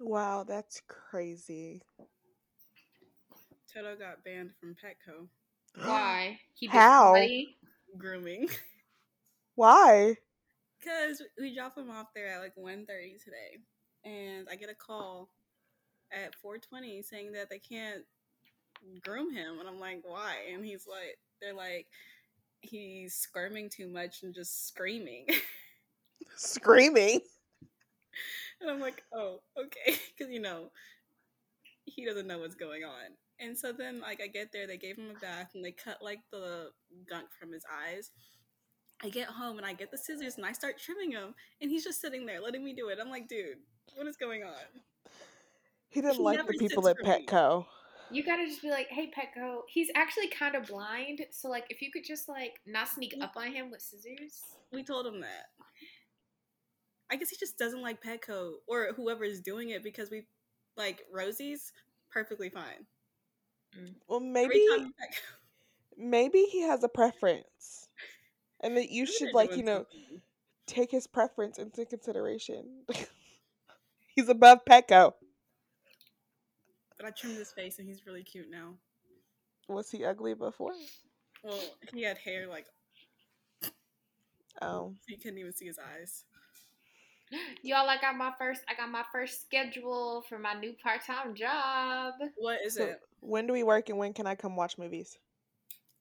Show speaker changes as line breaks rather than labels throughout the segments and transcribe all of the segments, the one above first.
Wow, that's crazy.
Toto got banned from Petco
Why? He bit
How?
somebody?
grooming
Why?
because we drop him off there at like 1.30 today, and I get a call at 4:20 saying that they can't groom him, and I'm like, why? And he's like, they're like, he's squirming too much and just screaming,
Screaming.
and I'm like, oh, okay, because you know he doesn't know what's going on. And so then, like, I get there, they gave him a bath, and they cut like the gunk from his eyes. I get home and I get the scissors and I start trimming him, and he's just sitting there letting me do it. I'm like, dude, what is going on?
He didn't
He
like
never
the people
sits
at
for me.
Petco.
You gotta just be like, hey Petco, he's actually kind of blind, so like if you could just like not sneak up on him with scissors.
We told him that. I guess he just doesn't like Petco or whoever is doing it because we like Rosie's perfectly fine.
Well,
Every
maybe
time Petco,
maybe he has a preference, and that you
maybe
should
they're
like
doing
you know
something.
take his preference into consideration. He's above Petco.
But I trimmed his face and he's really cute now.
Was he ugly before?
Well, he had hair like
Oh,
you couldn't even see his eyes.
Y'all, I got my first I got my first schedule for my new part-time job.
What is
so
it?
when do we work and when can I come watch movies?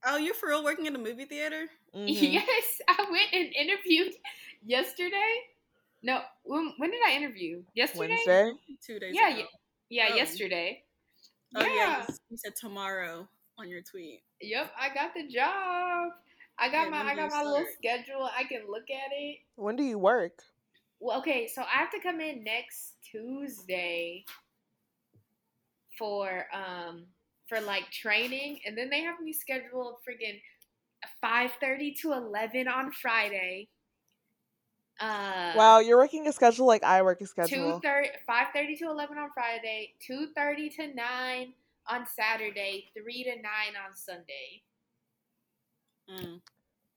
Oh, you're for real working in a movie theater?
Mhm.
Yes, I went and interviewed yesterday. No, when when did I interview? Yesterday?
Wednesday.
Two days
Yeah,
ago.
ye- yeah,
Oh.
yesterday.
Oh yeah,
yeah.
you, you said tomorrow on your tweet.
Yep, I got the job. I got
Yeah,
my
when
I
do
got
you
my little
start?
schedule. I can look at it.
When do you work?
Well, okay, so I have to come in next Tuesday for um for like training, and then they have me scheduled freaking five thirty to eleven on Friday. Uh,
wow, you're working a schedule like I work a
two
schedule.
thirty, five thirty to eleven on Friday, two thirty to nine on Saturday, three to nine on Sunday.
Mm.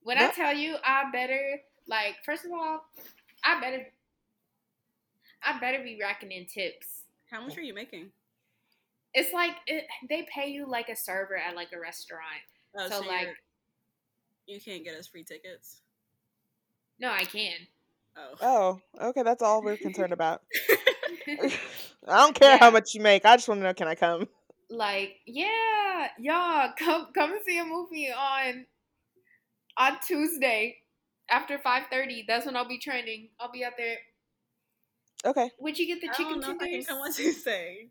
When I
That-
tell you, I better like first of all, I better I better be racking in tips.
How much are you making?
It's like it, they pay you like a server at like a restaurant.
Oh,
so like,
you're- you can't get us free tickets.
no, I can.
Oh,
Oh, okay, that's all we're concerned about. I don't care how
Yeah.
much you make. I just want to know can I come?
like, yeah, y'all come come see a movie on on Tuesday after five thirty. That's when I'll be training. I'll be out there.
Okay.
Would you get the
I
chicken
don't know if I can
tenders?
come on Tuesday.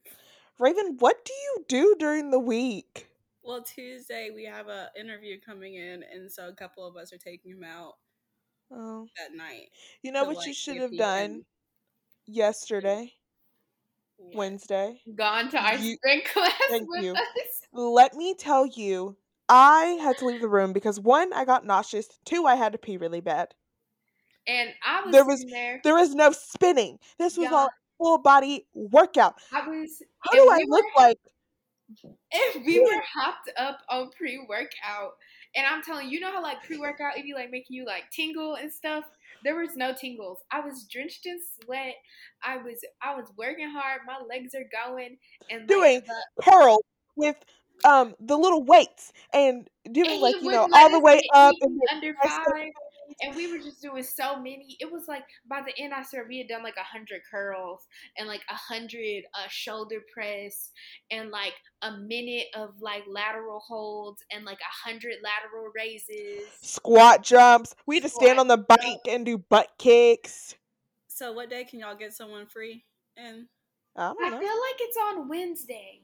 Raven, what do you do during the week?
Well, Tuesday we have a interview coming in, and so a couple of us are taking him out
Oh,
that night.
you know
to,
what
like,
you
see
should
if
have
he can-
done yesterday,
What?
Wednesday.
Gone to our
You-
spring class
Thank
with
you.
us.
Let me tell you, I had to leave the room because one, I got nauseous. Two, I had to pee really bad.
And I was
There was-
sitting there.
There was no spinning. This was
y'all,
all full body workout.
I was
How
if
do I
we
look
were-
like?
if we were hopped up on pre workout, and I'm telling you, you know how like pre workout it be like making you like tingle and stuff. There was no tingles. I was drenched in sweat. I was I was working hard. My legs are going and like,
Doing
the-
curl with um the little weights and doing
and
like
he
you know
wouldn't let
all the
us
way
get
up
eaten
and then
under
press the
five. And we were just doing so many. It was like by the end, I started we had done like a hundred curls and like a hundred uh, shoulder press and like a minute of like lateral holds and like a hundred lateral raises.
squat jumps. We had to stand
Squat
on the bike and do butt kicks.
So, what day can y'all get someone free? And
I
I
don't
feel
know.
like it's on Wednesday.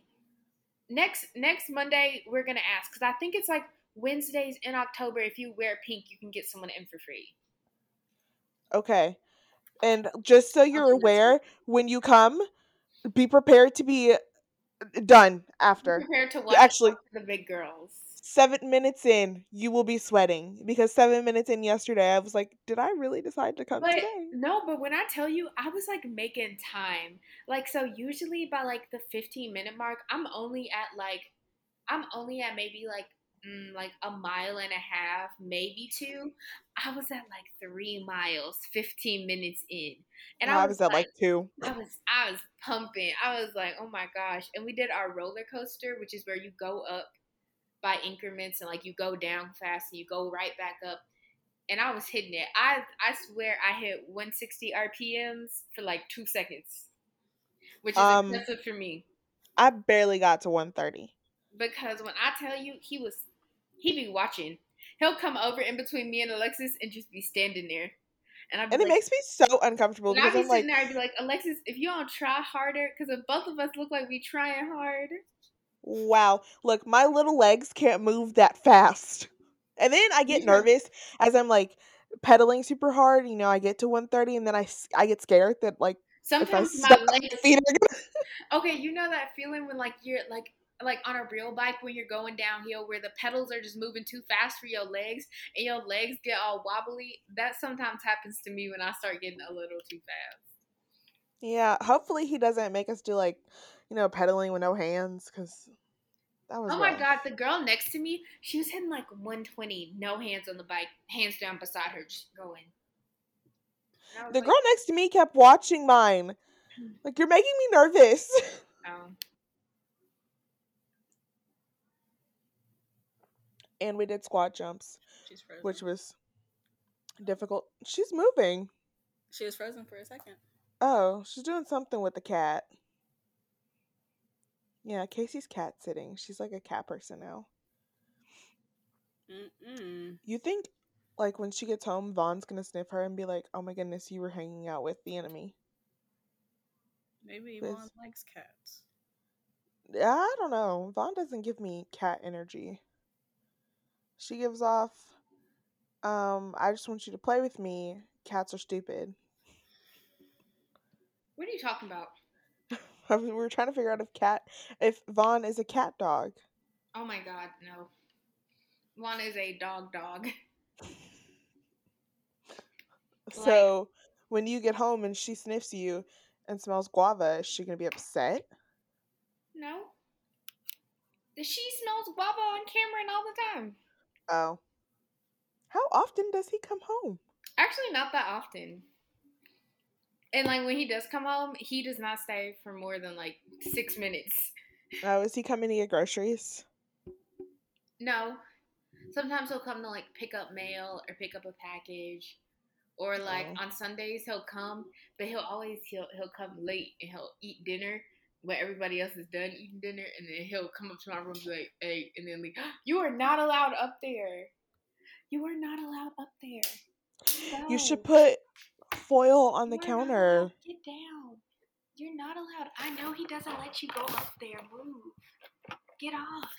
Next next Monday we're gonna ask because I think it's like Wednesdays in October. If you wear pink, you can get someone in for free.
Okay. And just so
do
you're
this week.
aware, when you come, be prepared to be uh, done
Be
after.
prepared to watch
Actually,
the big girls.
seven minutes in, you will be sweating because seven minutes in yesterday, I was like, did I really decide to come
But
today?
no, but when I tell you, I was like making time. Like so, usually by like the fifteen minute mark, I'm only at like, I'm only at maybe like mm, like a mile and a half, maybe two. I was at like three miles, fifteen minutes in, and
No, Oh, I was at like two.
I was I was pumping. I was like, oh my gosh. And we did our roller coaster, which is where you go up by increments and like you go down fast and you go right back up. And I was hitting it. I I swear I hit 160 RPMs for like two seconds. Which is
Um,
excessive for me.
I barely got to 130.
Because when I tell you he was he be watching. He'll come over in between me and Alexis and just be standing there. And I'd be
And it
like,
makes me so uncomfortable
and I'd
because
be
I'm
sitting
like,
there, I'd be like, Alexis, if you don't try harder, because if both of us look like we trying hard,
wow, look, my little legs can't move that fast. And then I get
Yeah.
nervous as I'm like pedaling super hard. You know, I get to 130 and then I, s- I get scared that like if I
sometimes my
stop, my
legs.
feet are gonna.
Okay, you know that feeling when like you're like like on a real bike when you're going downhill where the pedals are just moving too fast for your legs and your legs get all wobbly. That sometimes happens to me when I start getting a little too fast.
Yeah, hopefully he doesn't make us do like, you know, pedaling with no hands because that was.
Oh my
rough.
god, the girl next to me, she was hitting like 120, no hands on the bike, hands down beside her, just going. And I was
The
like,
girl next to me kept watching mine. Like, you're making me nervous.
"No."
And we did squat jumps,
She's frozen.
which was difficult. She's moving.
she was frozen for a second.
Oh, she's doing something with the cat. Yeah, Casey's cat sitting. She's like a cat person now.
Mm-mm.
You think, like, when she gets home, Vaughn's gonna sniff her and be like, oh my goodness, you were hanging out with the enemy.
Maybe
Liz.
Yvonne likes cats.
I don't know. Vaughn doesn't give me cat energy. She gives off, um, I just want you to play with me. Cats are stupid.
What are you talking about?
I was- we were trying to figure out if cat if Vaughn is a cat dog.
Oh my god, no. Lana is a dog dog. Like-
So when you get home and she sniffs you and smells guava, is she gonna be upset?
No. She smells guava on camera and all the time.
Oh. How often does he come home?
Actually, not that often. And like when he does come home, he does not stay for more than like six minutes.
Oh, is he coming to get groceries?
No. Sometimes he'll come to like pick up mail or pick up a package. Or like
Oh.
on Sundays he'll come, but he'll always he'll he'll come late and he'll eat dinner when everybody else is done eating dinner and then he'll come up to my room and be like, hey and then like you are not allowed up there. You are not allowed up there.
You should
No.
put foil on the
You are not
counter.
allowed. Get down. You're not allowed. I know he doesn't let you go up there. Move. Get off.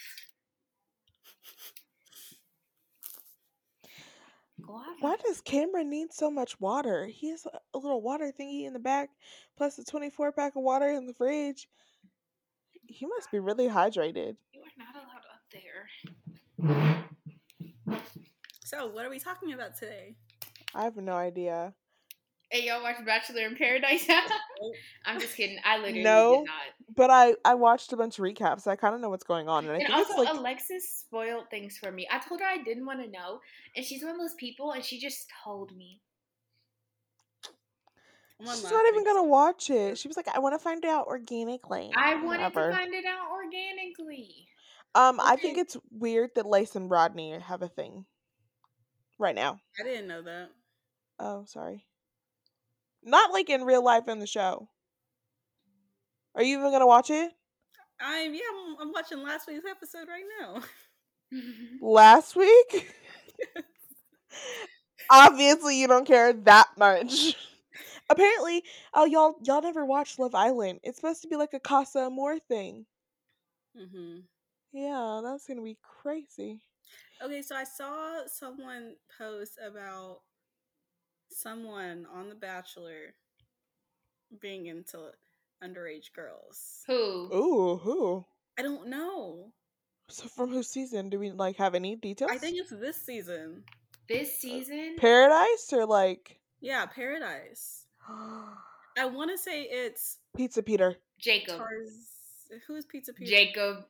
Guava.
Why does Cameron need so much water? He has a- a little water thingy in the back, plus a 24 pack of water in the fridge. He must be really hydrated.
You are not allowed up there.
So, what are we talking about today?
I have no idea.
Hey, y'all watch Bachelor in Paradise? I'm just kidding. I literally
No.
did not.
But I I watched a bunch of recaps. I kind of know what's going on, and I
And
think it's
also,
like
Alexis spoiled things for me. I told her I didn't want to know, and she's one of those people, and she just told me.
One
she's
last
not even
thing.
gonna watch it. She was like, I want to find out organically.
I wanted
Whatever.
to find it out organically.
Um, I think
Okay.
it's weird that Lace and Rodney have a thing right now.
I didn't know that.
Oh, sorry. Not like in real life in the show. Are you even gonna watch it?
I'm yeah. I'm, I'm watching last week's episode right now.
Last week. Obviously, you don't care that much. Apparently, oh y'all y'all never watched Love Island. It's supposed to be like a Casa Amor thing.
hmm
Yeah, that's gonna be crazy.
Okay, so I saw someone post about someone on The Bachelor being into underage girls.
Who?
Ooh, who?
I don't know.
So from whose season do we like have any details?
I think it's this season.
This season?
Paradise or like
Yeah, Paradise. I want to say it's
Pizza Peter.
Jacob.
Tarz. Who's Pizza Peter?
Jacob.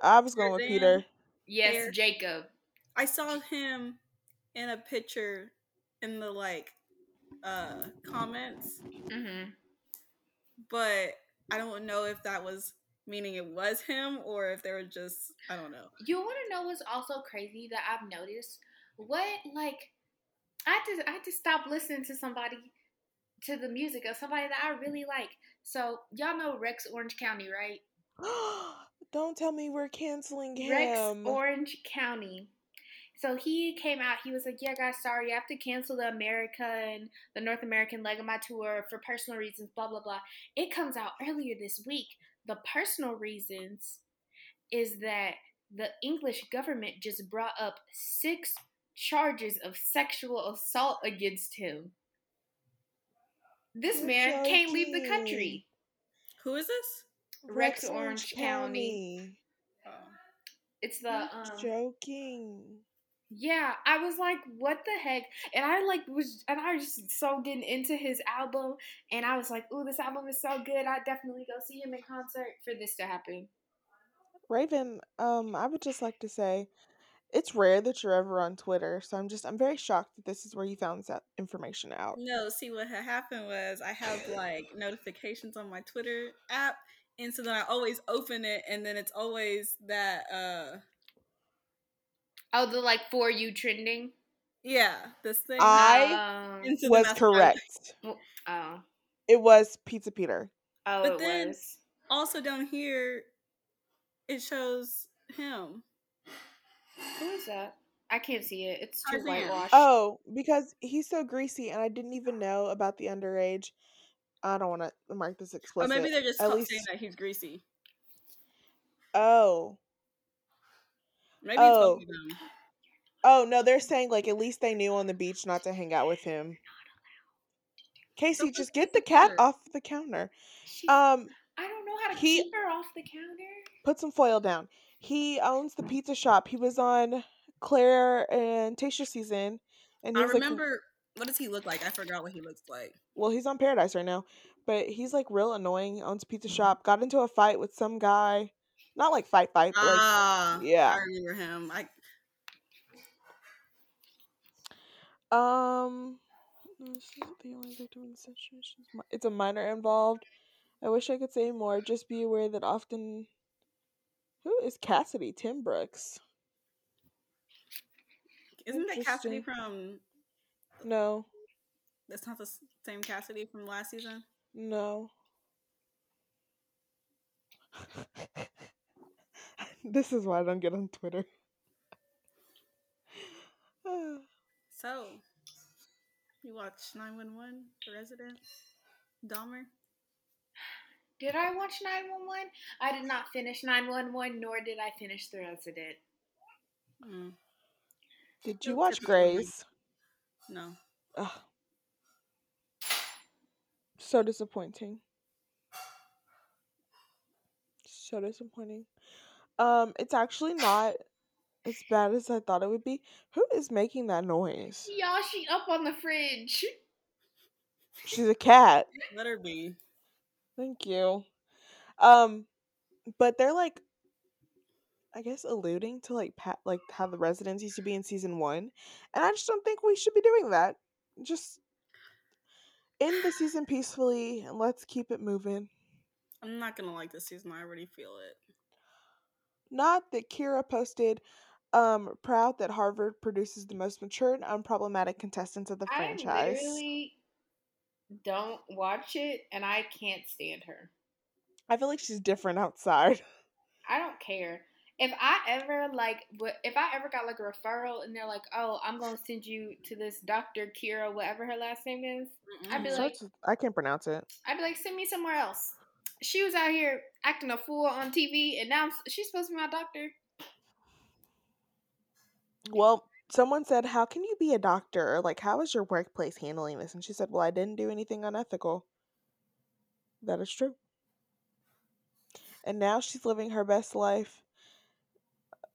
I was going with
Tarzan.
Peter.
Yes,
There.
Jacob.
I saw him in a picture in the like uh comments,
Mm-hmm.
but I don't know if that was meaning it was him or if they were just I don't know.
You want to know what's also crazy that I've noticed? What like I just I just stopped listening to somebody to the music of somebody that I really like. So y'all know Rex Orange County, right?
Don't tell me we're canceling
Rex
him.
Orange County. So he came out. He was like, "Yeah, guys, sorry, I have to cancel the American, the North American leg of my tour for personal reasons." Blah blah blah. It comes out earlier this week. The personal reasons is that the English government just brought up six charges of sexual assault against him. This
You're
man can't leave the
joking.
country.
Who is this?
Rex Orange
Oh.
It's the um,
joking.
Yeah, I was like, what the heck? And I like was and I was just so getting into his album and I was like, ooh, this album is so good. I definitely go see him in concert for this to happen.
Raven, um, I would just like to say it's rare that you're ever on Twitter, so I'm just I'm very shocked that this is where you found that information out.
No, see what had happened was I have like notifications on my Twitter app, and so then I always open it, and then it's always that uh
Oh, the like for you trending.
yeah this thing.
I-
Um,
And so then
Ah, was
that's why I
correct.
oh,
It was Pizza Peter.
oh,
But
it
then-
was.
also down here it shows him
Who is that? I can't see it. It's too
Tarzan.
whitewashed.
Oh, because he's so greasy, and I didn't even know about the underage. I don't want to mark this
or
explicit.
maybe they're just
At
talk-
least-
saying that he's greasy
oh,
maybe it's
Oh.
both of them.
oh no, they're saying like at least they knew on the beach not to hang out with him. Casey,
Don't
just
put
get the
Pizza
cat
Peter.
off the counter.
She,
Um,
I don't know how to
he-
keep her off the counter.
put some foil down. He owns the pizza shop. He was on Claire and Tasha season, and he
i
was like,
remember what does he look like i forgot what he looks like
well, he's on Paradise right now, but he's like real annoying. Owns a
Mm-hmm.
pizza shop. Got into a fight with some guy, not like fight fight, but like
ah
yeah.
i remember him i
Um, no, this isn't the only victim in the situation. It's mi- It's a minor involved. I wish I could say more. Just be aware that often. Who is Cassidy? Tim Brooks?
isn't that cassidy
Interesting.
from
No,
that's not the s- same cassidy from last season
no. this is why I don't get on Twitter.
so you watch 911 the resident dahmer
Did I watch 911? I did not finish 911, nor did I finish The Resident.
mm,
Did
Still
you watch
typical me.
Grays?
no
Ugh. So disappointing. So disappointing. Um, it's actually not as bad as I thought it would be. Who is making that noise?
Y'all, she up on the fridge.
She's a cat.
let her be
Thank you. Um, but they're like, I guess, alluding to like pat like how the residents used to be in season one, and I just don't think we should be doing that. Just end the season peacefully and let's keep it moving.
i'm not gonna like this season i already feel it
Not that Kira posted, um, proud that Harvard produces the most mature and unproblematic contestants of the
I
franchise.
literally don't watch it, and I can't stand her.
I feel like she's different outside.
I don't care. If I ever like, w- if I ever got like a referral, and they're like, "Oh, I'm gonna send you to this Doctor Kira, whatever her last name is," I'd be
Mm-mm.
like-
Such- I can't pronounce it.
I'd be like, "Send me somewhere else." She was out here acting a fool on TV, and now I'm, she's supposed to be my doctor.
Well, someone said, How can you be a doctor? Like, how is your workplace handling this? And she said, Well, I didn't do anything unethical. That is true. And now she's living her best life.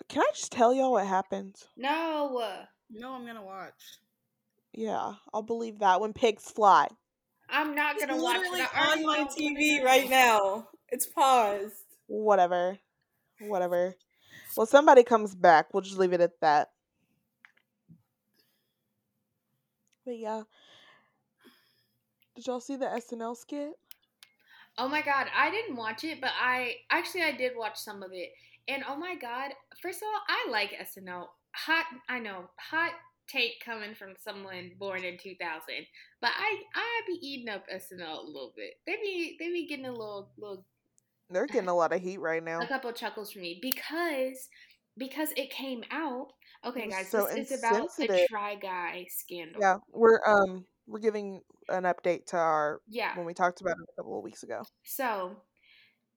Can I just tell y'all what happened?
No,
no i'm gonna watch
Yeah, I'll believe that when pigs fly.
I'm not
It's
gonna watch.
literally
it. I already
on my
know what it
TV
is.
right now. It's paused.
Whatever. Whatever. Well, somebody comes back. We'll just leave it at that. But yeah. Did y'all see the SNL skit?
Oh my god, I didn't watch it, but I actually I did watch some of it. And oh my god, first of all, I like SNL. Hot, I know, hot take coming from someone born in 2000. But I I be eating up SNL a little bit. They be they be getting a little little
They're getting a lot of heat right now.
a couple chuckles from me because because it came out. Okay,
It was
guys,
so
this is about the
insensitive.
try guy scandal.
Yeah, we're um we're giving an update to our
Yeah.
when we talked about it a couple of weeks ago.
So,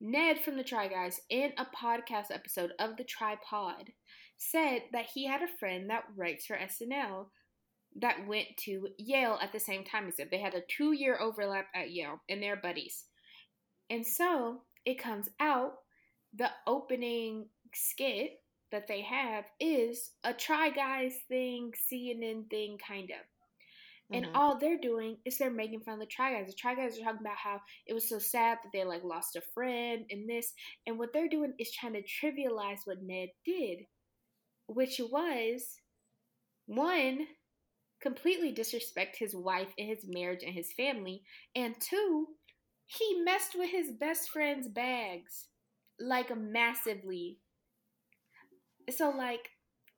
Ned from the Try Guys, in a podcast episode of the Tripod, said that he had a friend that writes for SNL that went to Yale at the same time as him. They had a two year overlap at Yale, and they're buddies. And so, it comes out the opening skit that they have is a Try Guys thing, CNN thing, kind of. And
Mhm.
all they're doing is they're making fun of the Try Guys. The Try Guys are talking about how it was so sad that they like lost a friend and this. And what they're doing is trying to trivialize what Ned did, which was one, completely disrespect his wife and his marriage and his family, and two, he messed with his best friend's bags like massively. So like,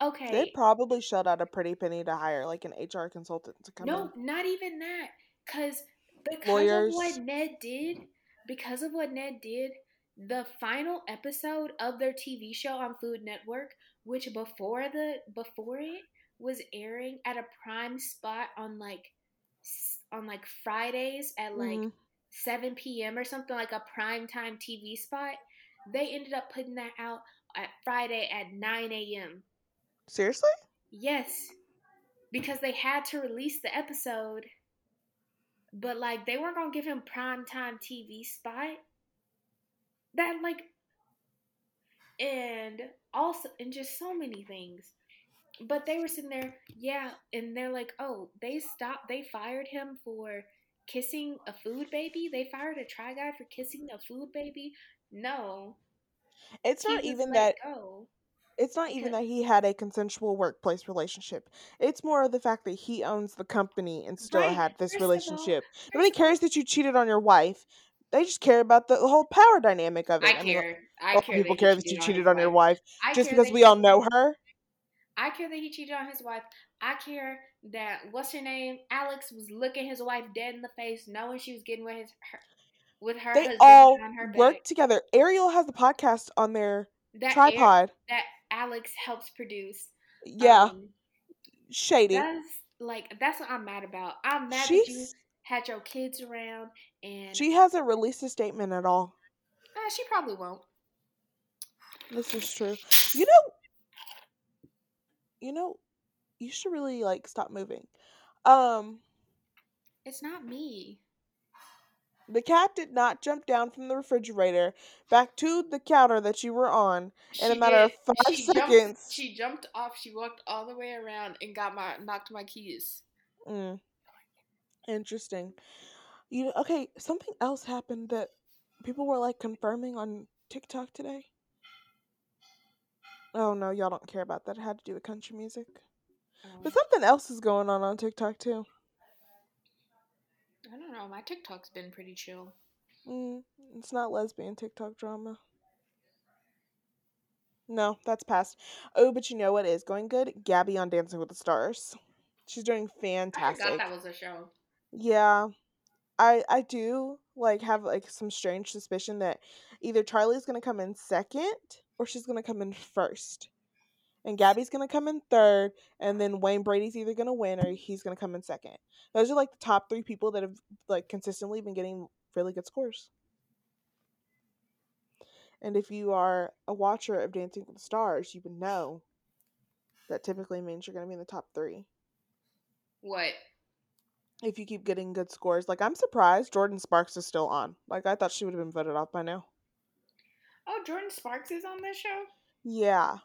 okay,
They probably shelled out a pretty penny to hire like an HR consultant to come
no,
in.
not even that. Cause because
Lawyers.
of what Ned did, because of what Ned did, the final episode of their TV show on Food Network, which before the before it was airing at a prime spot on like s- on like Fridays at like
Mhm.
7 p.m. or something like a prime time TV spot. They ended up putting that out at Friday at 9 a.m.
Seriously?
Yes, because they had to release the episode, but like they weren't gonna give him prime time TV spot. That like, and also and just so many things. But they were sitting there, yeah, and they're like, oh, they stopped. They fired him for kissing a food baby. They fired a try guy for kissing a food baby. No,
It's
he
not
was
even that
let go.
it's not even
because-
that he had a consensual workplace relationship. It's more of the fact that he owns the company and still
Right,
had this
first of all-
relationship.
first
Nobody
of
cares that you cheated on your wife. They just care about the whole power dynamic of it.
I
mean, like,
care. I
all
care.
people
that he
care that you
his
cheated on your
wife.
wife
I
just
care
because
that
we
he-
all know her.
I care that he cheated on his wife. I care that what's her name, Alex, was looking his wife dead in the face, knowing she was getting with his her, with her
They
husband
all
behind her back.
work together. Ariel has the podcast on their
that Oh, air-
tripod.
that Alex helps produce.
yeah,
Um,
shady.
that's like that's what I'm mad about. I'm mad that you
She's
had your kids around, and
she hasn't released a statement at all.
Uh, she probably won't.
This is true. You know, you know, you should really like stop moving. Um,
It's not me.
the cat did not jump down from the refrigerator back to the counter that you were on in a
She
matter of
did.
five
she Jumped,
seconds.
she jumped off. She walked all the way around and got my knocked my keys.
Mm, interesting. You okay? Something else happened that people were like confirming on TikTok today. Oh no, y'all don't care about that. It had to do with country music,
Um,
but something else is going on on TikTok too.
I don't know. My TikTok's been pretty chill.
Mm, it's not lesbian TikTok drama. No, that's past. Oh, but you know what is going good? Gabby on Dancing with the Stars. She's doing
I forgot
fantastic.
that was a show.
Yeah. I I do like have like some strange suspicion that either Charlie's gonna come in second or she's gonna come in first. And Gabby's gonna come in third, and then Wayne Brady's either gonna win or he's gonna come in second. Those are like the top three people that have like consistently been getting really good scores. And if you are a watcher of Dancing with the Stars, you would know that typically means you're gonna be in the top three.
What?
if you keep getting good scores. Like I'm surprised Jordan Sparks is still on. Like I thought she would have been voted off by now.
Oh, Jordan Sparks is on this show.
Yeah.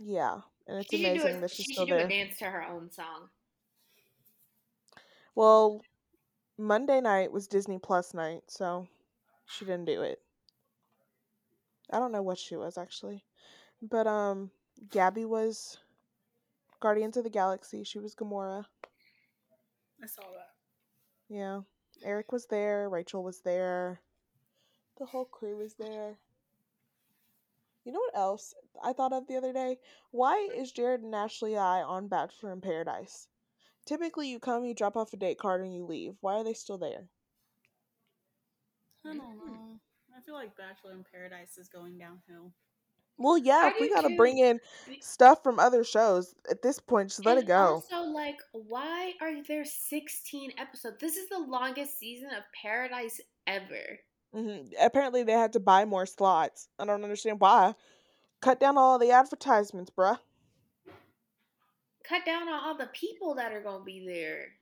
Yeah. And it's
She should do
amazing
a-
that she's
she
still
should do
there.
a dance to her own song.
Well, Monday night was Disney Plus night, so she didn't do it. I don't know what she was actually. But um, Gabby was Guardians of the Galaxy. She was Gamora.
I saw that.
Yeah. Eric was there. Rachel was there. The whole crew was there. You know what else I thought of the other day? Why is Jared and Ashley I on Bachelor in Paradise? Typically, you come, you drop off a date card, and you leave. Why are they still there?
I don't
Mm.
know. I feel like Bachelor in Paradise is going downhill.
Well, yeah,
I
if we
do
gotta
too.
bring in stuff from other shows at this point, just let
And
it go.
Also, like, why are there 16 episodes? This is the longest season of Paradise ever.
hmm Apparently, they had to buy more slots. I don't understand why. Cut down all the advertisements, bruh.
Cut down on all the people that are gonna be there.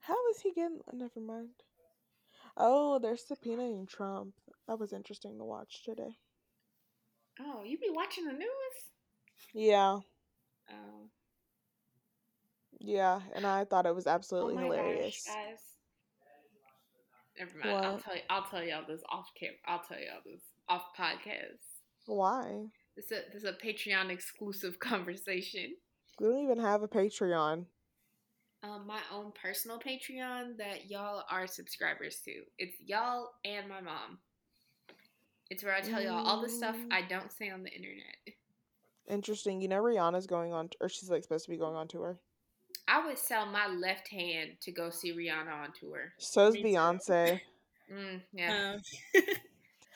How is he getting? oh, Never mind. Oh, they're subpoenaing Trump. That was interesting to watch today.
Oh, you be watching the news?
Yeah,
Oh,
yeah, and I thought it was absolutely
oh my
hilarious.
gosh, guys. Never mind. I'll
What?
tell you. I'll tell y'all this off camera. I'll tell y'all this off podcast.
Why?
This is a, this is a Patreon exclusive conversation.
We don't even have a Patreon.
Um, my own personal Patreon that y'all are subscribers to. It's y'all and my mom. It's where I tell y'all all the stuff
Mm.
I don't say on the internet.
Interesting. You know, Rihanna's going on, or she's like supposed to be going on tour.
I would sell my left hand to go see Rihanna on tour.
So's
Me too.
Beyonce.
Mm, yeah,
Um,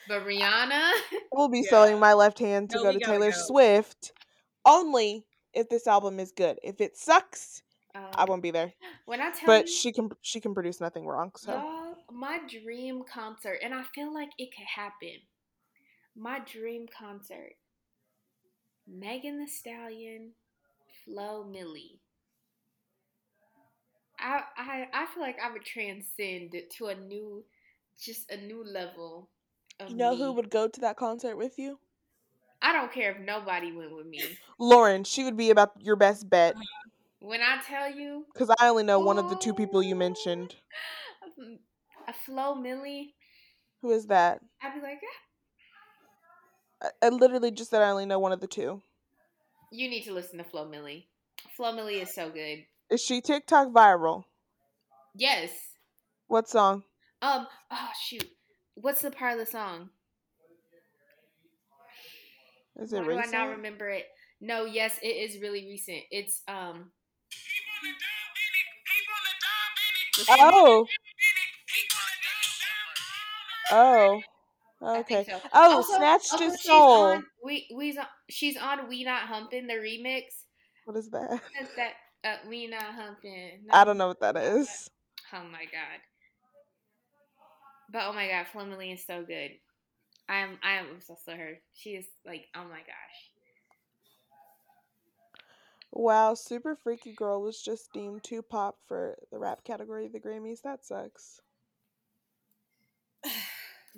but Rihanna.
We'll be
Yeah.
selling my left hand to
No,
go
we
to
gotta
Taylor
go.
Swift only if this album is good. If it sucks, I
Um,
won't be there.
when I tell
But
you,
she can she can produce nothing wrong. So
Y'all, my dream concert, and I feel like it could happen. My dream concert. Megan the Stallion, Flo Millie. I, I I feel like I would transcend it to a new just a new level of
you know
me.
who would go to that concert with you?
I don't care if nobody went with me.
Lauren. She would be about your best
Uh,
bet
When I tell you
because I only know one of the two people you
Ooh.
mentioned.
a Flo Millie,
Who is that?
I'd be like, "Ah,
I, I literally just said I only know one of the two.
you need to listen to Flo Millie. Flo Millie is so good.
Is she TikTok viral?
Yes.
What song?
Um. Oh shoot. What's the part of the song?
Is
Why
it
do I not
recent?
remember it? No. Yes, it is really recent. It's um.
Oh. Oh.
I
Okay.
think so.
Oh,
Also-
snatched
also,
his
she's
soul.
on- we we's on, she's on we not humping the remix.
What is that?
Says that uh, we not humping.
I don't know what that is.
Oh my god. But oh my god, Flo Millie is so good. I am I am obsessed with her. She is like oh my gosh.
Wow, Super Freaky Girl was just deemed too pop for the rap category of the Grammys. That sucks.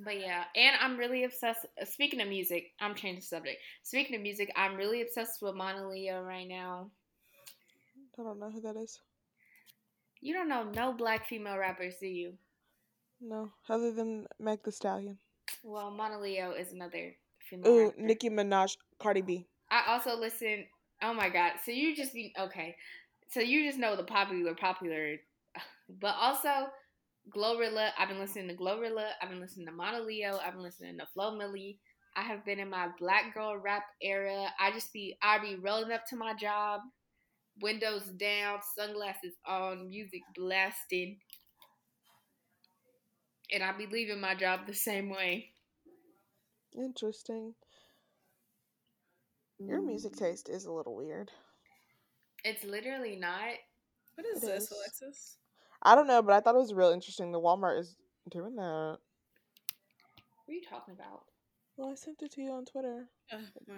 But yeah, and I'm really obsessed. uh, Speaking of music, I'm changing the subject. Speaking of music, I'm really obsessed with Mona Leo right now.
I don't know who that is.
You don't know no black female rappers, do you?
No, other than Meg the Stallion.
Well, Mona Leo is another female.
Ooh,
rapper.
Nicki Minaj, Cardi B.
I also listen. Oh my god! So you just be okay. So you just know the popular, popular, but also Glorilla. I've been listening to Glorilla. I've been listening to Mona Leo. I've been listening to Flo Milli. I have been in my black girl rap era. I just be I be rolling up to my job, windows down, sunglasses on, music blasting, and I be leaving my job the same way.
Interesting. Your music taste is a little weird.
It's literally not.
what is
It
this,
is.
Alexis?
I don't know, but I thought it was real interesting that Walmart is doing that.
What are you talking about?
Well, I sent it to you on Twitter.
Ugh, my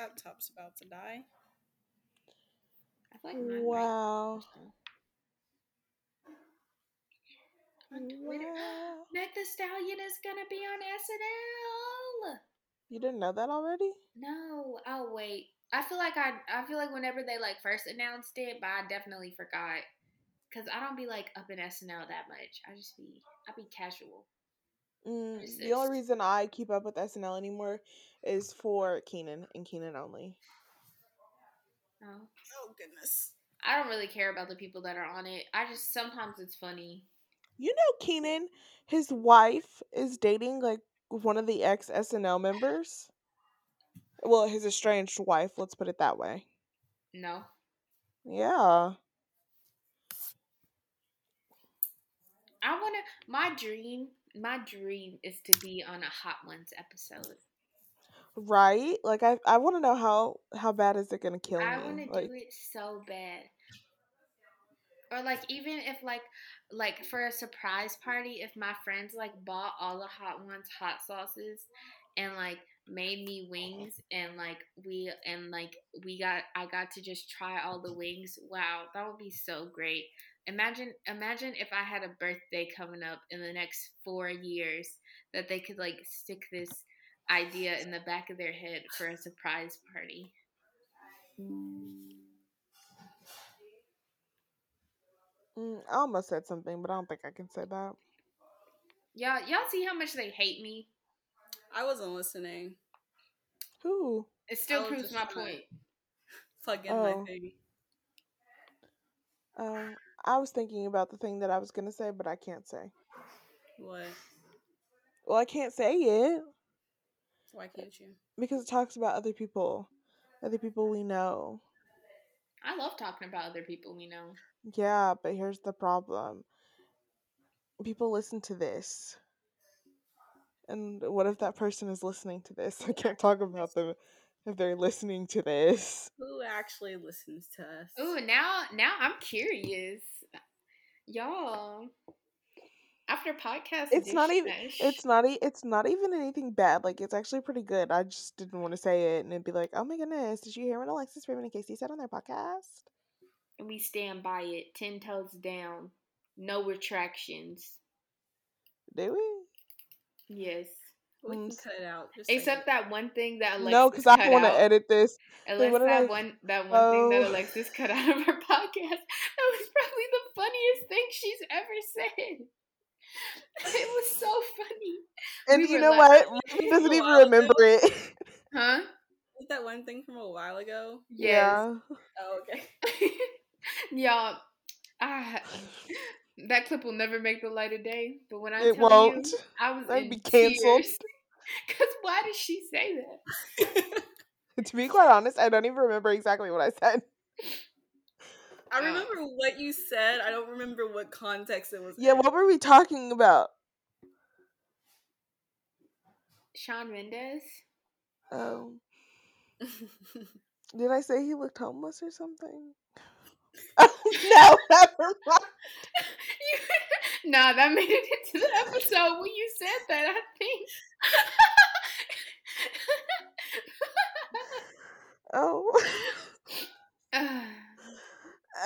laptop's about to die.
I feel like mine right
Wow.
on Twitter.
Wow.
Meg the Stallion is gonna be on SNL.
You didn't know that already?
No, I'll wait. I feel like I I feel like whenever they like first announced it, but I definitely forgot. Cause I don't be like up in SNL that much. I just be I be casual.
Mm, the
Racist.
only reason I keep up with SNL anymore is for Keenan and Keenan only.
No.
Oh goodness.
I don't really care about the people that are on it. I just sometimes it's funny.
You know, Keenan, his wife is dating like one of the ex SNL members. Well, his estranged wife, let's put it that way.
No.
Yeah.
I wanna my dream my dream is to be on a Hot Ones episode.
Right? Like I I want to know how how bad is it going to kill
I want
me?
to
Like
do it so bad. Or like even if like like for a surprise party, if my friends like bought all the hot ones, hot sauces, and like made me wings, and like we and like we got I got to just try all the wings. Wow, that would be so great. Imagine imagine if I had a birthday coming up in the next four years that they could like stick this idea in the back of their head for a surprise party.
mm, I almost said something, but I don't think I can say that.
Y'all, y'all see how much they hate me?
I wasn't listening.
Who?
It still
I was
proves
just
my
trying to
point.
Plug in
Oh.
my thing.
Um I was thinking about the thing that I was going to say, but I can't say.
What?
Well, I can't say it
Why can't you?
because it talks about other people, other people we know.
I love talking about other people we know.
Yeah, but here's the problem. People listen to this. And what if that person is listening to this? I can't talk about them if they're listening to this.
Who actually listens to us?
Ooh, now now I'm curious. Y'all, after podcast,
It's not even
douche-dash.
it's not e- it's not even anything bad. Like it's actually pretty good. I just didn't want to say it and it'd be like, "Oh my goodness, did you hear what Alexis Raymond and Casey said on their podcast?"
we stand by it, ten toes down, no retractions.
Do we?
Yes,
we can
mm,
cut it out. Just
except
saying.
that one thing that Alexis
no, cuz I
cut
want to
out.
edit this.
Unless
what did
that
I-
one that one thing
Oh.
that Alexis cut out of her podcast, that was probably the funniest thing she's ever said. It was so funny.
And
We
you
were
know
laughing.
what?
It
She
was a
doesn't even
while ago.
remember it.
Huh?
Was that one thing from a while ago?
Yes.
Oh, okay.
Y'all, ah, that clip will never make the light of day. But when I
It
tell
won't.
you, I was
That'd
in
be canceled.
Because why did she say that?
to be quite honest, I don't even remember exactly what I said.
I
Oh.
remember what you said. I don't remember what context it was.
Yeah,
in.
what were we talking about?
Sean Mendez?
Um, did I say he looked homeless or something? Oh, no, never mind.
nah, that made it into the episode when you said that, I think.
Oh,
Ah,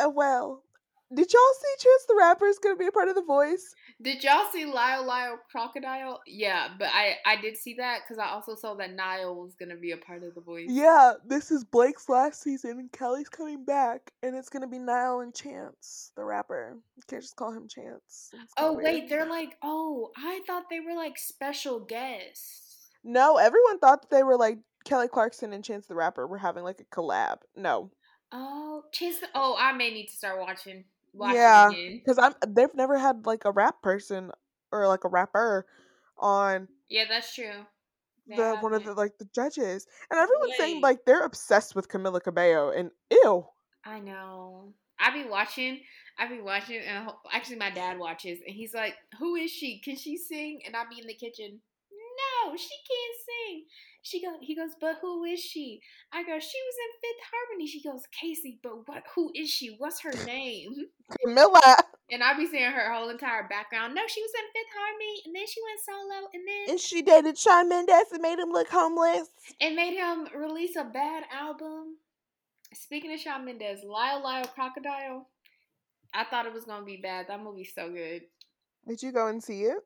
Uh, well. Did y'all see Chance the Rapper is gonna be a part of The Voice?
did y'all see Lyle Lyle Crocodile? Yeah, but I, I did see that because I also saw that Niall was going to be a part of the voice.
Yeah, this is Blake's last season, and Kelly's coming back, and it's gonna be Niall and Chance the Rapper. You can't just call him Chance. It's kinda
Oh
weird.
wait, they're like, oh, I thought they were like special guests.
No, everyone thought that they were like Kelly Clarkson and Chance the Rapper were having like a collab. No,
Oh, Chance. Oh, I may need to start watching. Watch
Yeah.
it again.
because I'm they've never had like a rap person or like a rapper on
Yeah, that's true. They
the one of the
haven't.
like the judges, and everyone's saying
Wait.
like they're obsessed with Camila Cabello, and ew,
I know. I be watching. I be watching, and I, ho- actually, my dad watches, and he's like, "Who is she? Can she sing?" And I be in the kitchen. No, she can't sing. She go. He goes, but who is she? I go. She was in Fifth Harmony. She goes, Casey. But what? Who is she? What's her name?
Camila
And I be seeing her whole entire background. No, she was in Fifth Harmony, and then she went solo, and then
and she dated Shawn Mendes and made him look homeless.
it made him release a bad album. Speaking of Shawn Mendes, Lyle Lyle Crocodile, I thought it was gonna be bad. That movie's so good.
Did you go and see it?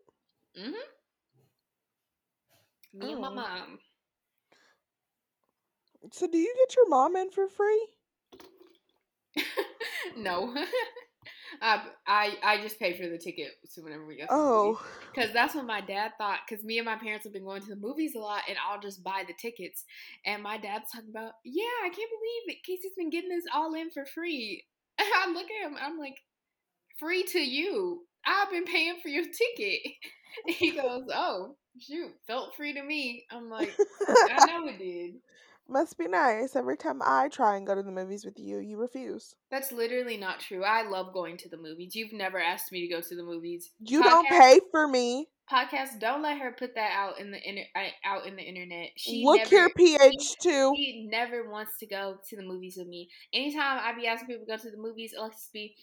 Me and my
Oh.
mom.
So do you get your mom in for free?
no, I, I I just paid for the ticket to whenever we go.
Oh,
because that's what my dad thought. Because me and my parents have been going to the movies a lot, and I'll just buy the tickets. And my dad's talking about, yeah, I can't believe it. Casey's been getting this all in for free. And I look at him, I'm like, free to you. I've been paying for your ticket. he goes, oh shoot, felt free to me. I'm like, I know it did.
must be nice. Every time I try and go to the movies with you, you refuse.
That's literally not true. I love going to the movies. You've never asked me to go to the movies.
You don't
Podcast-
pay for me.
Podcast, don't let her put that out in the inter- I- out in the internet. She
Look
never,
here, PH2.
She never wants to go to the movies with me. Anytime I be asking people to go to the movies, Alexis be,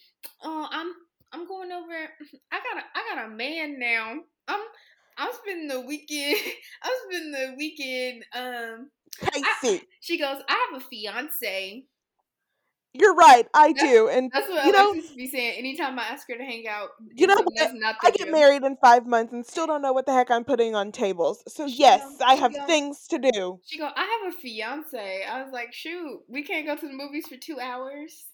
oh, I'm I'm going over. I got a I got a man now. I'm I'm spending the weekend. I'm spending the weekend. Um,
Casey,
she goes, I have a fiance.
you're right. I
That's-
do. And
That's what
You know-
Alexis be saying. Anytime I ask her to hang out,
You know
and
what?
that's not the
I get
truth.
married in five months and still don't know what the heck I'm putting on tables. So,
She
yes,
don't-
I
she
have
don't-
things to do.
She go, I have a fiance. I was like, shoot, we can't go to the movies for two hours.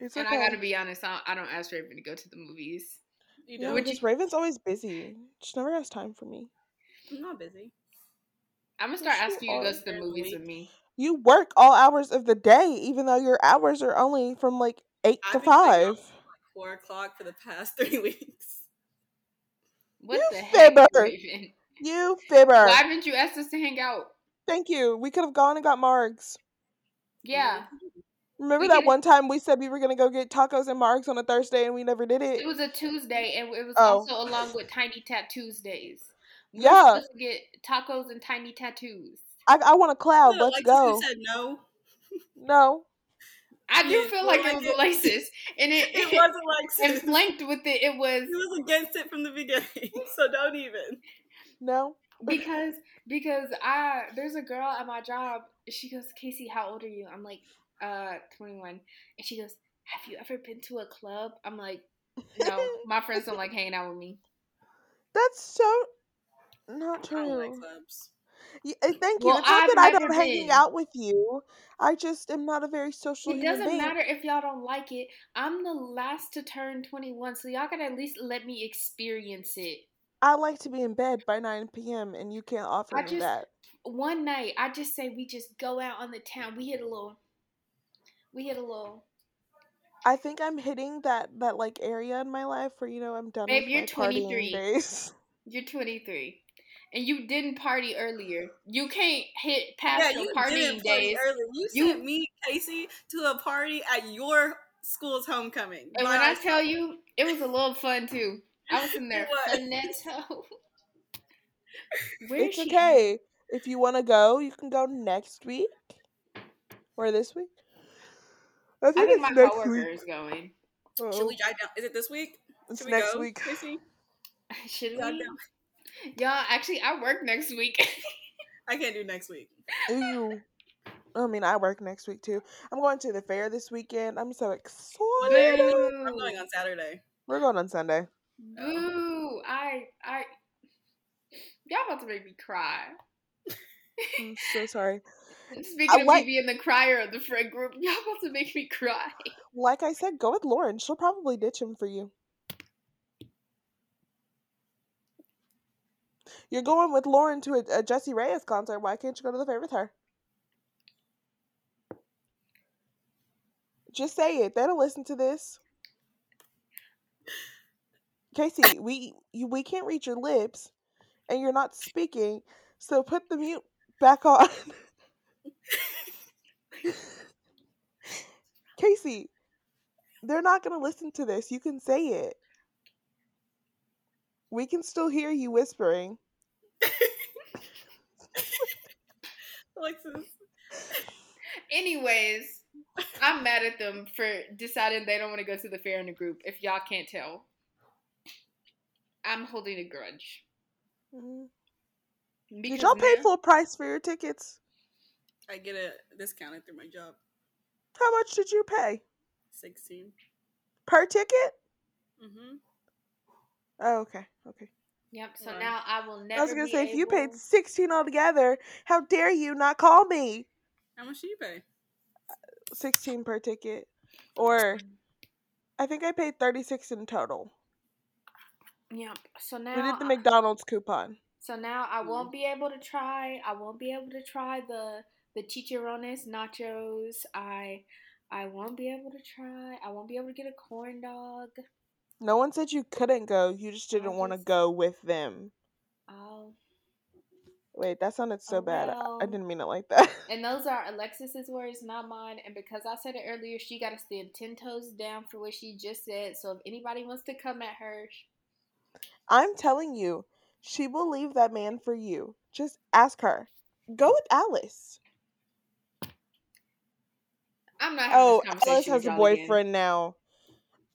It's
And I gotta be honest, I don't, I don't ask Raven to go to the movies.
You
No,
know,
Would
because
you-
Raven's always busy. She never has time for me.
I'm not busy.
I'm gonna start
Yes, you
asking you to
are.
go to the
During the
movies
week.
with me.
You work all hours of the day, even though your hours are only from like 8
I've
to
been staying
5.
up Four o'clock for the past three weeks.
What
You
the heck,
fibber.
Raven?
You fibber.
Why haven't you asked us to hang out?
Thank you. We could have gone and got Margs.
Yeah,
Remember
We
that
could've-
one time we said we were going to go get tacos and Margs on a Thursday and we never did it?
it was a Tuesday, and it was
Oh.
also along with Tiny Tattoos days. We
Yeah.
were supposed to get tacos and tiny tattoos.
I, I want a
Oh,
cloud.
No,
Let's
Alexis,
go.
You said no.
no.
I do
Yeah, well,
feel like
I
it was
did-
Alexis, and it,
It wasn't like
and flanked with it, it was
He was against it from the beginning, so don't even.
No.
because because I there's a girl at my job. She goes, Casey, how old are you? I'm like, uh, 21. And she goes, Have you ever been to a club? I'm like, No, my friends don't like hanging out with me.
That's so not
I don't
true.
like clubs.
Y- uh, Thank you.
Well,
it's not
I've
that I
never
don't hanging
been.
out with you. I just am not a very social
It
human
doesn't
being.
matter if y'all don't like it. I'm the last to turn 21, so y'all gotta at least let me experience it.
I like to be in bed by 9 p.m. and you can't offer
I
me
just-
that.
One night, I just say we just go out on the town. We hit a little. We hit a little.
I think I'm hitting that that like area in my life where you know I'm done
Babe,
with
you're
my
23.
partying days.
You're 23, and you didn't party earlier. You can't hit past
Yeah,
your
you
partying
didn't party
days.
early. You,
You-
sent me, Casey, to a party at your school's homecoming.
And
by
when I
ourselves.
tell you, it was a little fun too. I was in there,
What?
Finetto. Where's
It's
she?
okay. If you want to go, you can go next week or this week. I
I
think,
think my
it's next
coworker
week.
is going.
Should
Oh,
we drive down? Is it this week?
it's
Should we
next
go,
week.
Casey?
Should
Drive
we?
down.
Y'all, actually, I work next week.
I can't do next week.
Ew. I mean, I work next week too. I'm going to the fair this weekend. I'm so
What day are you
excited.
going?
Boo.
I'm going on Saturday.
We're going on Sunday.
Boo! I, I, y'all about to make me cry.
I'm so sorry.
Speaking
I
of
like-
me being the crier of the friend group, y'all about to make me cry.
Like I said, go with Lauren. She'll probably ditch him for you. You're going with Lauren to a, a Jesse Reyes concert. Why can't you go to the fair with her? Just say it. They don't listen to this. Casey, we you, we can't read your lips, and you're not speaking. So put the mute back on. Casey, they're not going to listen to this. You can say it. We can still hear you whispering.
Alexis,
Anyways, I'm mad at them for deciding they don't want to go to the fair in a group. If y'all can't tell, I'm holding a grudge. Mm-hmm.
Did y'all pay
now-
full price for your tickets?
I get a discounted through my job.
How much did you pay
16.
per ticket?
Mm-hmm.
Oh, okay, okay.
Yep. So
Right.
now I will never.
I was gonna
be
say if you paid
able-
sixteen altogether, how dare you not call me?
How much do you pay?
Sixteen per ticket. Or I think I paid 36 in total.
Yep. So now uh
We did the McDonald's coupon.
So now I won't be able to try. I won't be able to try the the chicharrones nachos. I I won't be able to try. I won't be able to get a corn dog.
No one said you couldn't go. You just
I
didn't want to
just-
go with them.
I'll,
Wait, that sounded so
Oh,
bad. I- I
well.
didn't mean it like that.
and those are Alexis's words, not mine. And because I said it earlier, she got to stand ten toes down for what she just said. So if anybody wants to come at her, sh-
I'm telling you, she will leave that man for you. Just ask her. Go with Alice.
I'm not. Having
Oh,
this conversation
Alice
with
has a
y'all again.
boyfriend now.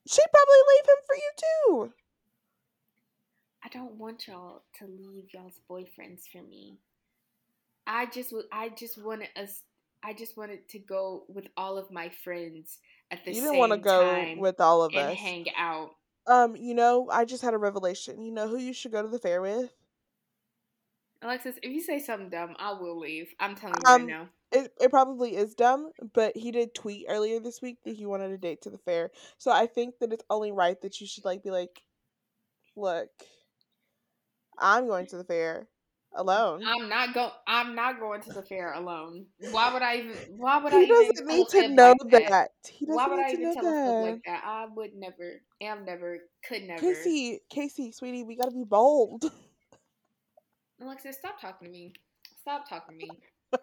She'd probably leave him for you too.
I don't want y'all to leave y'all's boyfriends for me. I just would. I just wanted us. I just wanted to go with all of my friends at the
you
same
didn't want to go
time
with all of
and
us.
hang out.
Um, you know, I just had a revelation. You know who you should go to the fair with?
Alexis, if you say something dumb, I will leave. I'm telling you
Um,
right now.
It, it probably is dumb, but he did tweet earlier this week that he wanted a date to the fair. So I think that it's only right that you should like be like, look, I'm going to the fair alone.
I'm not go. I'm not going to the fair alone. Why would I even? Why would I
he
even?
doesn't need
tell
to
Ed
know
like
that. He doesn't
Why would
need
I
to
even
know
tell a flip
that.
like that? I would never. Am never. Could never.
Casey, Casey, sweetie, we gotta be bold.
Alexis, stop talking to me. Stop talking to me.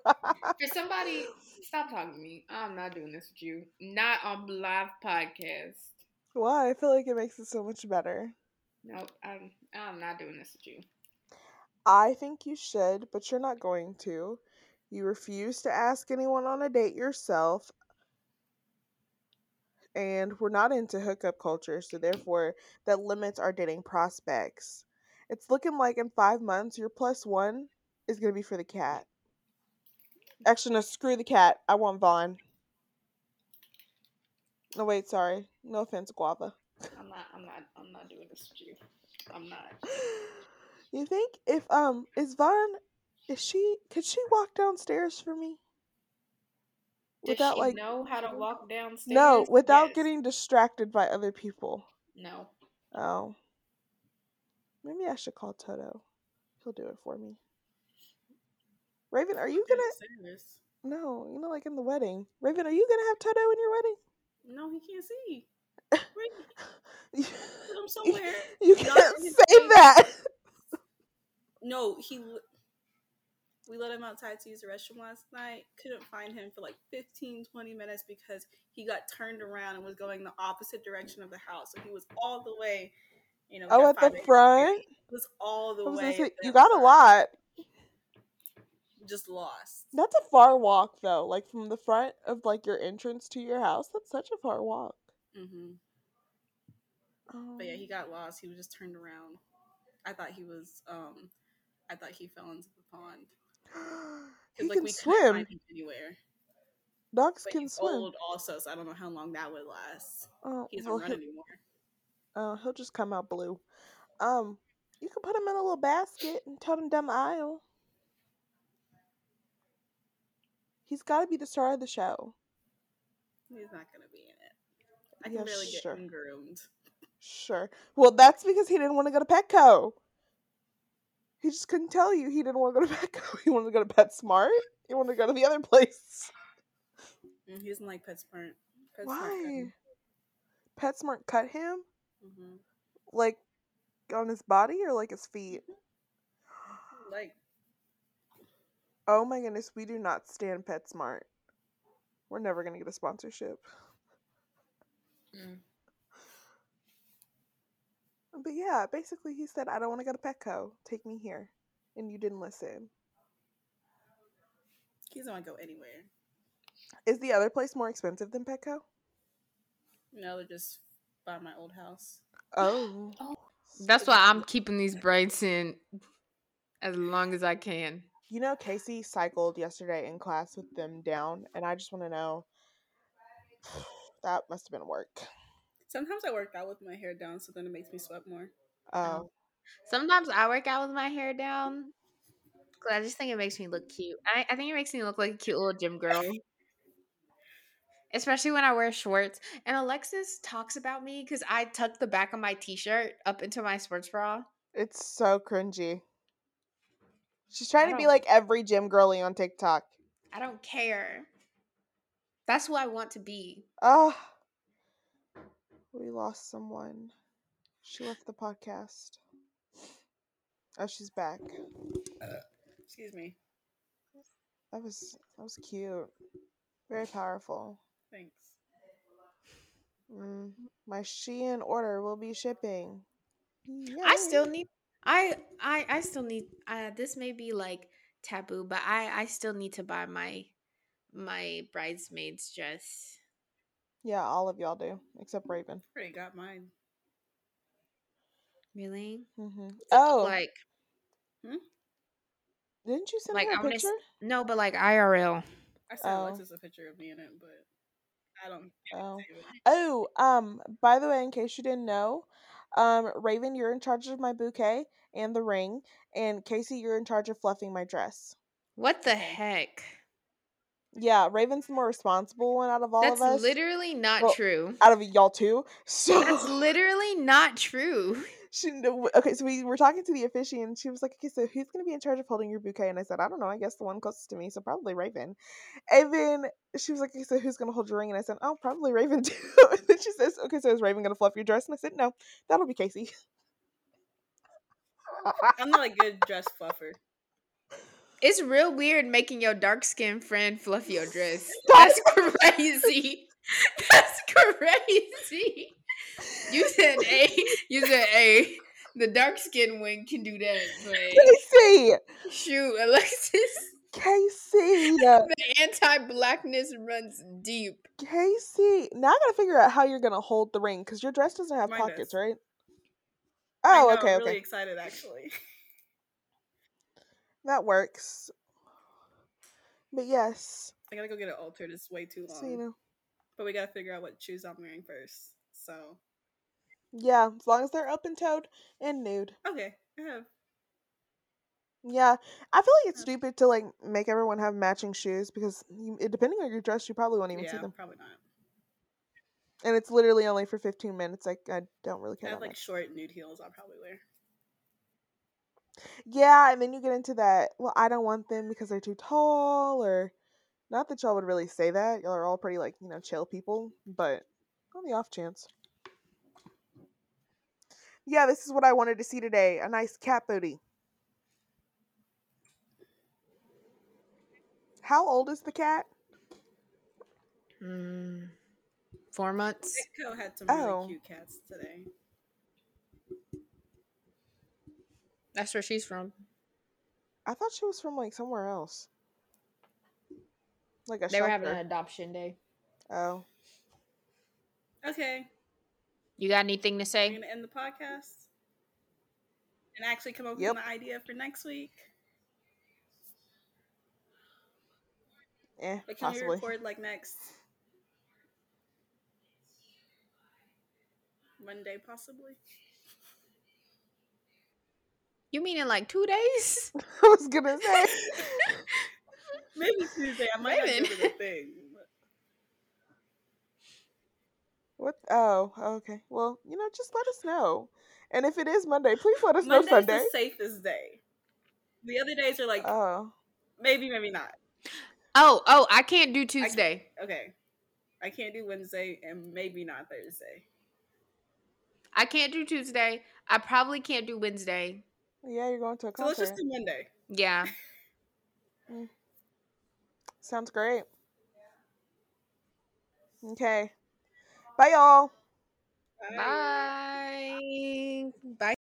For somebody, stop talking to me. I'm not doing this with you. Not on live podcast.
Why? I feel like it makes it so much better.
Nope. I'm. I'm not doing this with you.
I think you should, but you're not going to. You refuse to ask anyone on a date yourself. And we're not into hookup culture, so therefore that limits our dating prospects. It's looking like in five months, your plus one is going to be for the cat. Actually, no, screw the cat. I want Vaughn. No, wait, sorry. No offense, Guava.
I'm not. I'm not. I'm not doing this with you. I'm not.
You think if, um, is Vaughn, is she, could she walk downstairs for me?
Does
Without,
she
like-
know how to walk downstairs?
No, without
Yes.
getting distracted by other people.
no.
Oh. Maybe I should call Toto. He'll do it for me. Raven, are you gonna
Serious.
No, you know, like in the wedding. Raven, are you gonna have Toto in your wedding?
No, he can't see. Wait, put him somewhere.
you
Y'all
can't
in his
say
face.
that.
No, he. l- We let him outside to use the restroom last night. Couldn't find him for like 15, 20 minutes because he got turned around and was going the opposite direction of the house. So he was all the way, you know. we
Oh,
got
at
five
the
acres
front.
here. He was all the
I was
way.
gonna say,
at the
you got a
front,
lot.
Just lost.
That's a far walk though. Like from the front of like your entrance to your house. That's such a far walk.
hmm
Um,
But yeah, he got lost. He was just turned around. I thought he was. um I thought he fell into the pond.
he
Because like
can
we couldn't
swim.
find him anywhere.
Dogs
But
can
he's
swim.
old also, so I don't know how long that would last.
Oh,
He doesn't
well,
run
he-
anymore.
Oh, he'll just come out blue. Um, you can put him in a little basket and tote him down the aisle. He's got to be the star of the show.
He's not gonna be in it. I
Yeah,
can barely get
sure.
him groomed.
Sure. Well, that's because he didn't want to go to Petco. He just couldn't tell you he didn't want to go to Petco. He wanted to go to PetSmart. He wanted to go to the other place.
Mm, He doesn't like PetSmart. PetSmart
Why? PetSmart cut him
Mm-hmm.
like on his body or like his feet.
Like
Oh my goodness, we do not stand PetSmart. We're never gonna get a sponsorship.
Mm.
But yeah, basically he said, I don't want to go to Petco. Take me here. And you didn't listen.
he doesn't want to go anywhere.
Is the other place more expensive than Petco?
You know, they're just by my old house.
Oh.
That's why I'm keeping these braids in as long as I can.
You know, Casey cycled yesterday in class with them down, and I just want to know that must have been work.
Sometimes I work out with my hair down, so then it makes me sweat more.
Oh.
Sometimes I work out with my hair down. 'cause I just think it makes me look cute. I, I think it makes me look like a cute little gym girl.
especially when I wear shorts. And Alexis talks about me because I tuck the back of my t-shirt up into my sports bra.
It's so cringy. She's trying
I
to be
don't-
like every gym girly on TikTok.
I don't care. That's who I want to be.
Ah, we lost someone. She left the podcast. Oh, she's back.
Excuse me.
That was that was cute. Very powerful.
Thanks.
Mm, my Shein order will be shipping.
I still need. I I I still need. Uh, this may be like taboo, but I I still need to buy my my bridesmaid's dress.
Yay. yeah, all of y'all do except Raven.
Already got mine.
Really?
hmm
Oh,
Oh,
like
didn't you send
like,
me
I
a
wanna s-
picture?
no, but like IRL.
I sent
Oh.
Alexis a picture of me in it, but I don't. I didn't
Oh.
save it.
Oh, um, by the way, in case you didn't know, um, Raven, you're in charge of my bouquet and the ring, and Casey, you're in charge of fluffing my dress.
What the
Okay.
heck?
Yeah, Raven's the more responsible one out of all
That's
of us.
literally not
Well,
true.
out of y'all two. So
That's literally not true.
she, no, okay, so we were talking to the officiant, and she was like, "Okay, so who's gonna be in charge of holding your bouquet?" And I said, "I don't know. I guess the one closest to me, so probably Raven." And then she was like, "Okay, so who's gonna hold your ring?" And I said, "Oh, probably Raven too." and then she says, "Okay, so is Raven gonna fluff your dress?" And I said, "No, that'll be Casey."
I'm not a good dress fluffer.
It's real weird making your dark skinned friend fluff your dress.
Stop.
That's crazy. That's crazy. You said a. You said a. The dark skinned one can do that, but
Casey,
shoot, Alexis,
Casey,
the anti-blackness runs deep.
Casey. Now I gotta figure out how you're gonna hold the ring because your dress doesn't have
Mine
pockets,
does.
right?
I
Oh,
know,
okay,
I'm really
okay,
excited actually.
that works. But yes,
I gotta go get it altered. It's way too long.
so you know.
But we gotta figure out what shoes I'm wearing first. So
Yeah, as long as they're open toed and nude.
okay, I have
Yeah, I feel like it's
Yeah.
stupid to like make everyone have matching shoes because you, it- depending on your dress, you probably won't even see
yeah,
them.
probably not.
And it's literally only for 15 minutes. Like, I don't really
I
care
have
that
like
much.
short nude heels. I'll probably wear.
Yeah, and then you get into that. Well, I don't want them because they're too tall, or not that y'all would really say that. Y'all are all pretty, like, you know, chill people, but on the off chance. Yeah, this is what I wanted to see today a nice cat booty. How old is the cat?
Mm, four months.
Ditko had some
Oh.
really cute cats today.
That's where she's from.
I thought she was from, like, somewhere else. Like a
They were having
shelter.
an adoption day.
Oh.
Okay,
You got anything to
I'm
say?
gonna end the podcast and actually come up
Yep.
with an idea for next week.
Eh,
Like, can we
possibly.
record like next Monday, possibly?
You mean in like two days?
I was gonna say.
Maybe Tuesday. I might
Raven.
not give it a thing.
What? Oh, okay. Well, you know, just let us know. And if it is Monday, please let us
Monday's
know Sunday.
the safest day. The other days are like
Oh,
maybe, maybe not.
Oh, oh, I can't do Tuesday.
Okay, I can't do Wednesday and maybe not Thursday.
I can't do Tuesday. I probably can't do Wednesday.
yeah, you're going to a
So let's
concert.
just do Monday.
Yeah.
Sounds great. Okay. Bye, y'all.
Bye.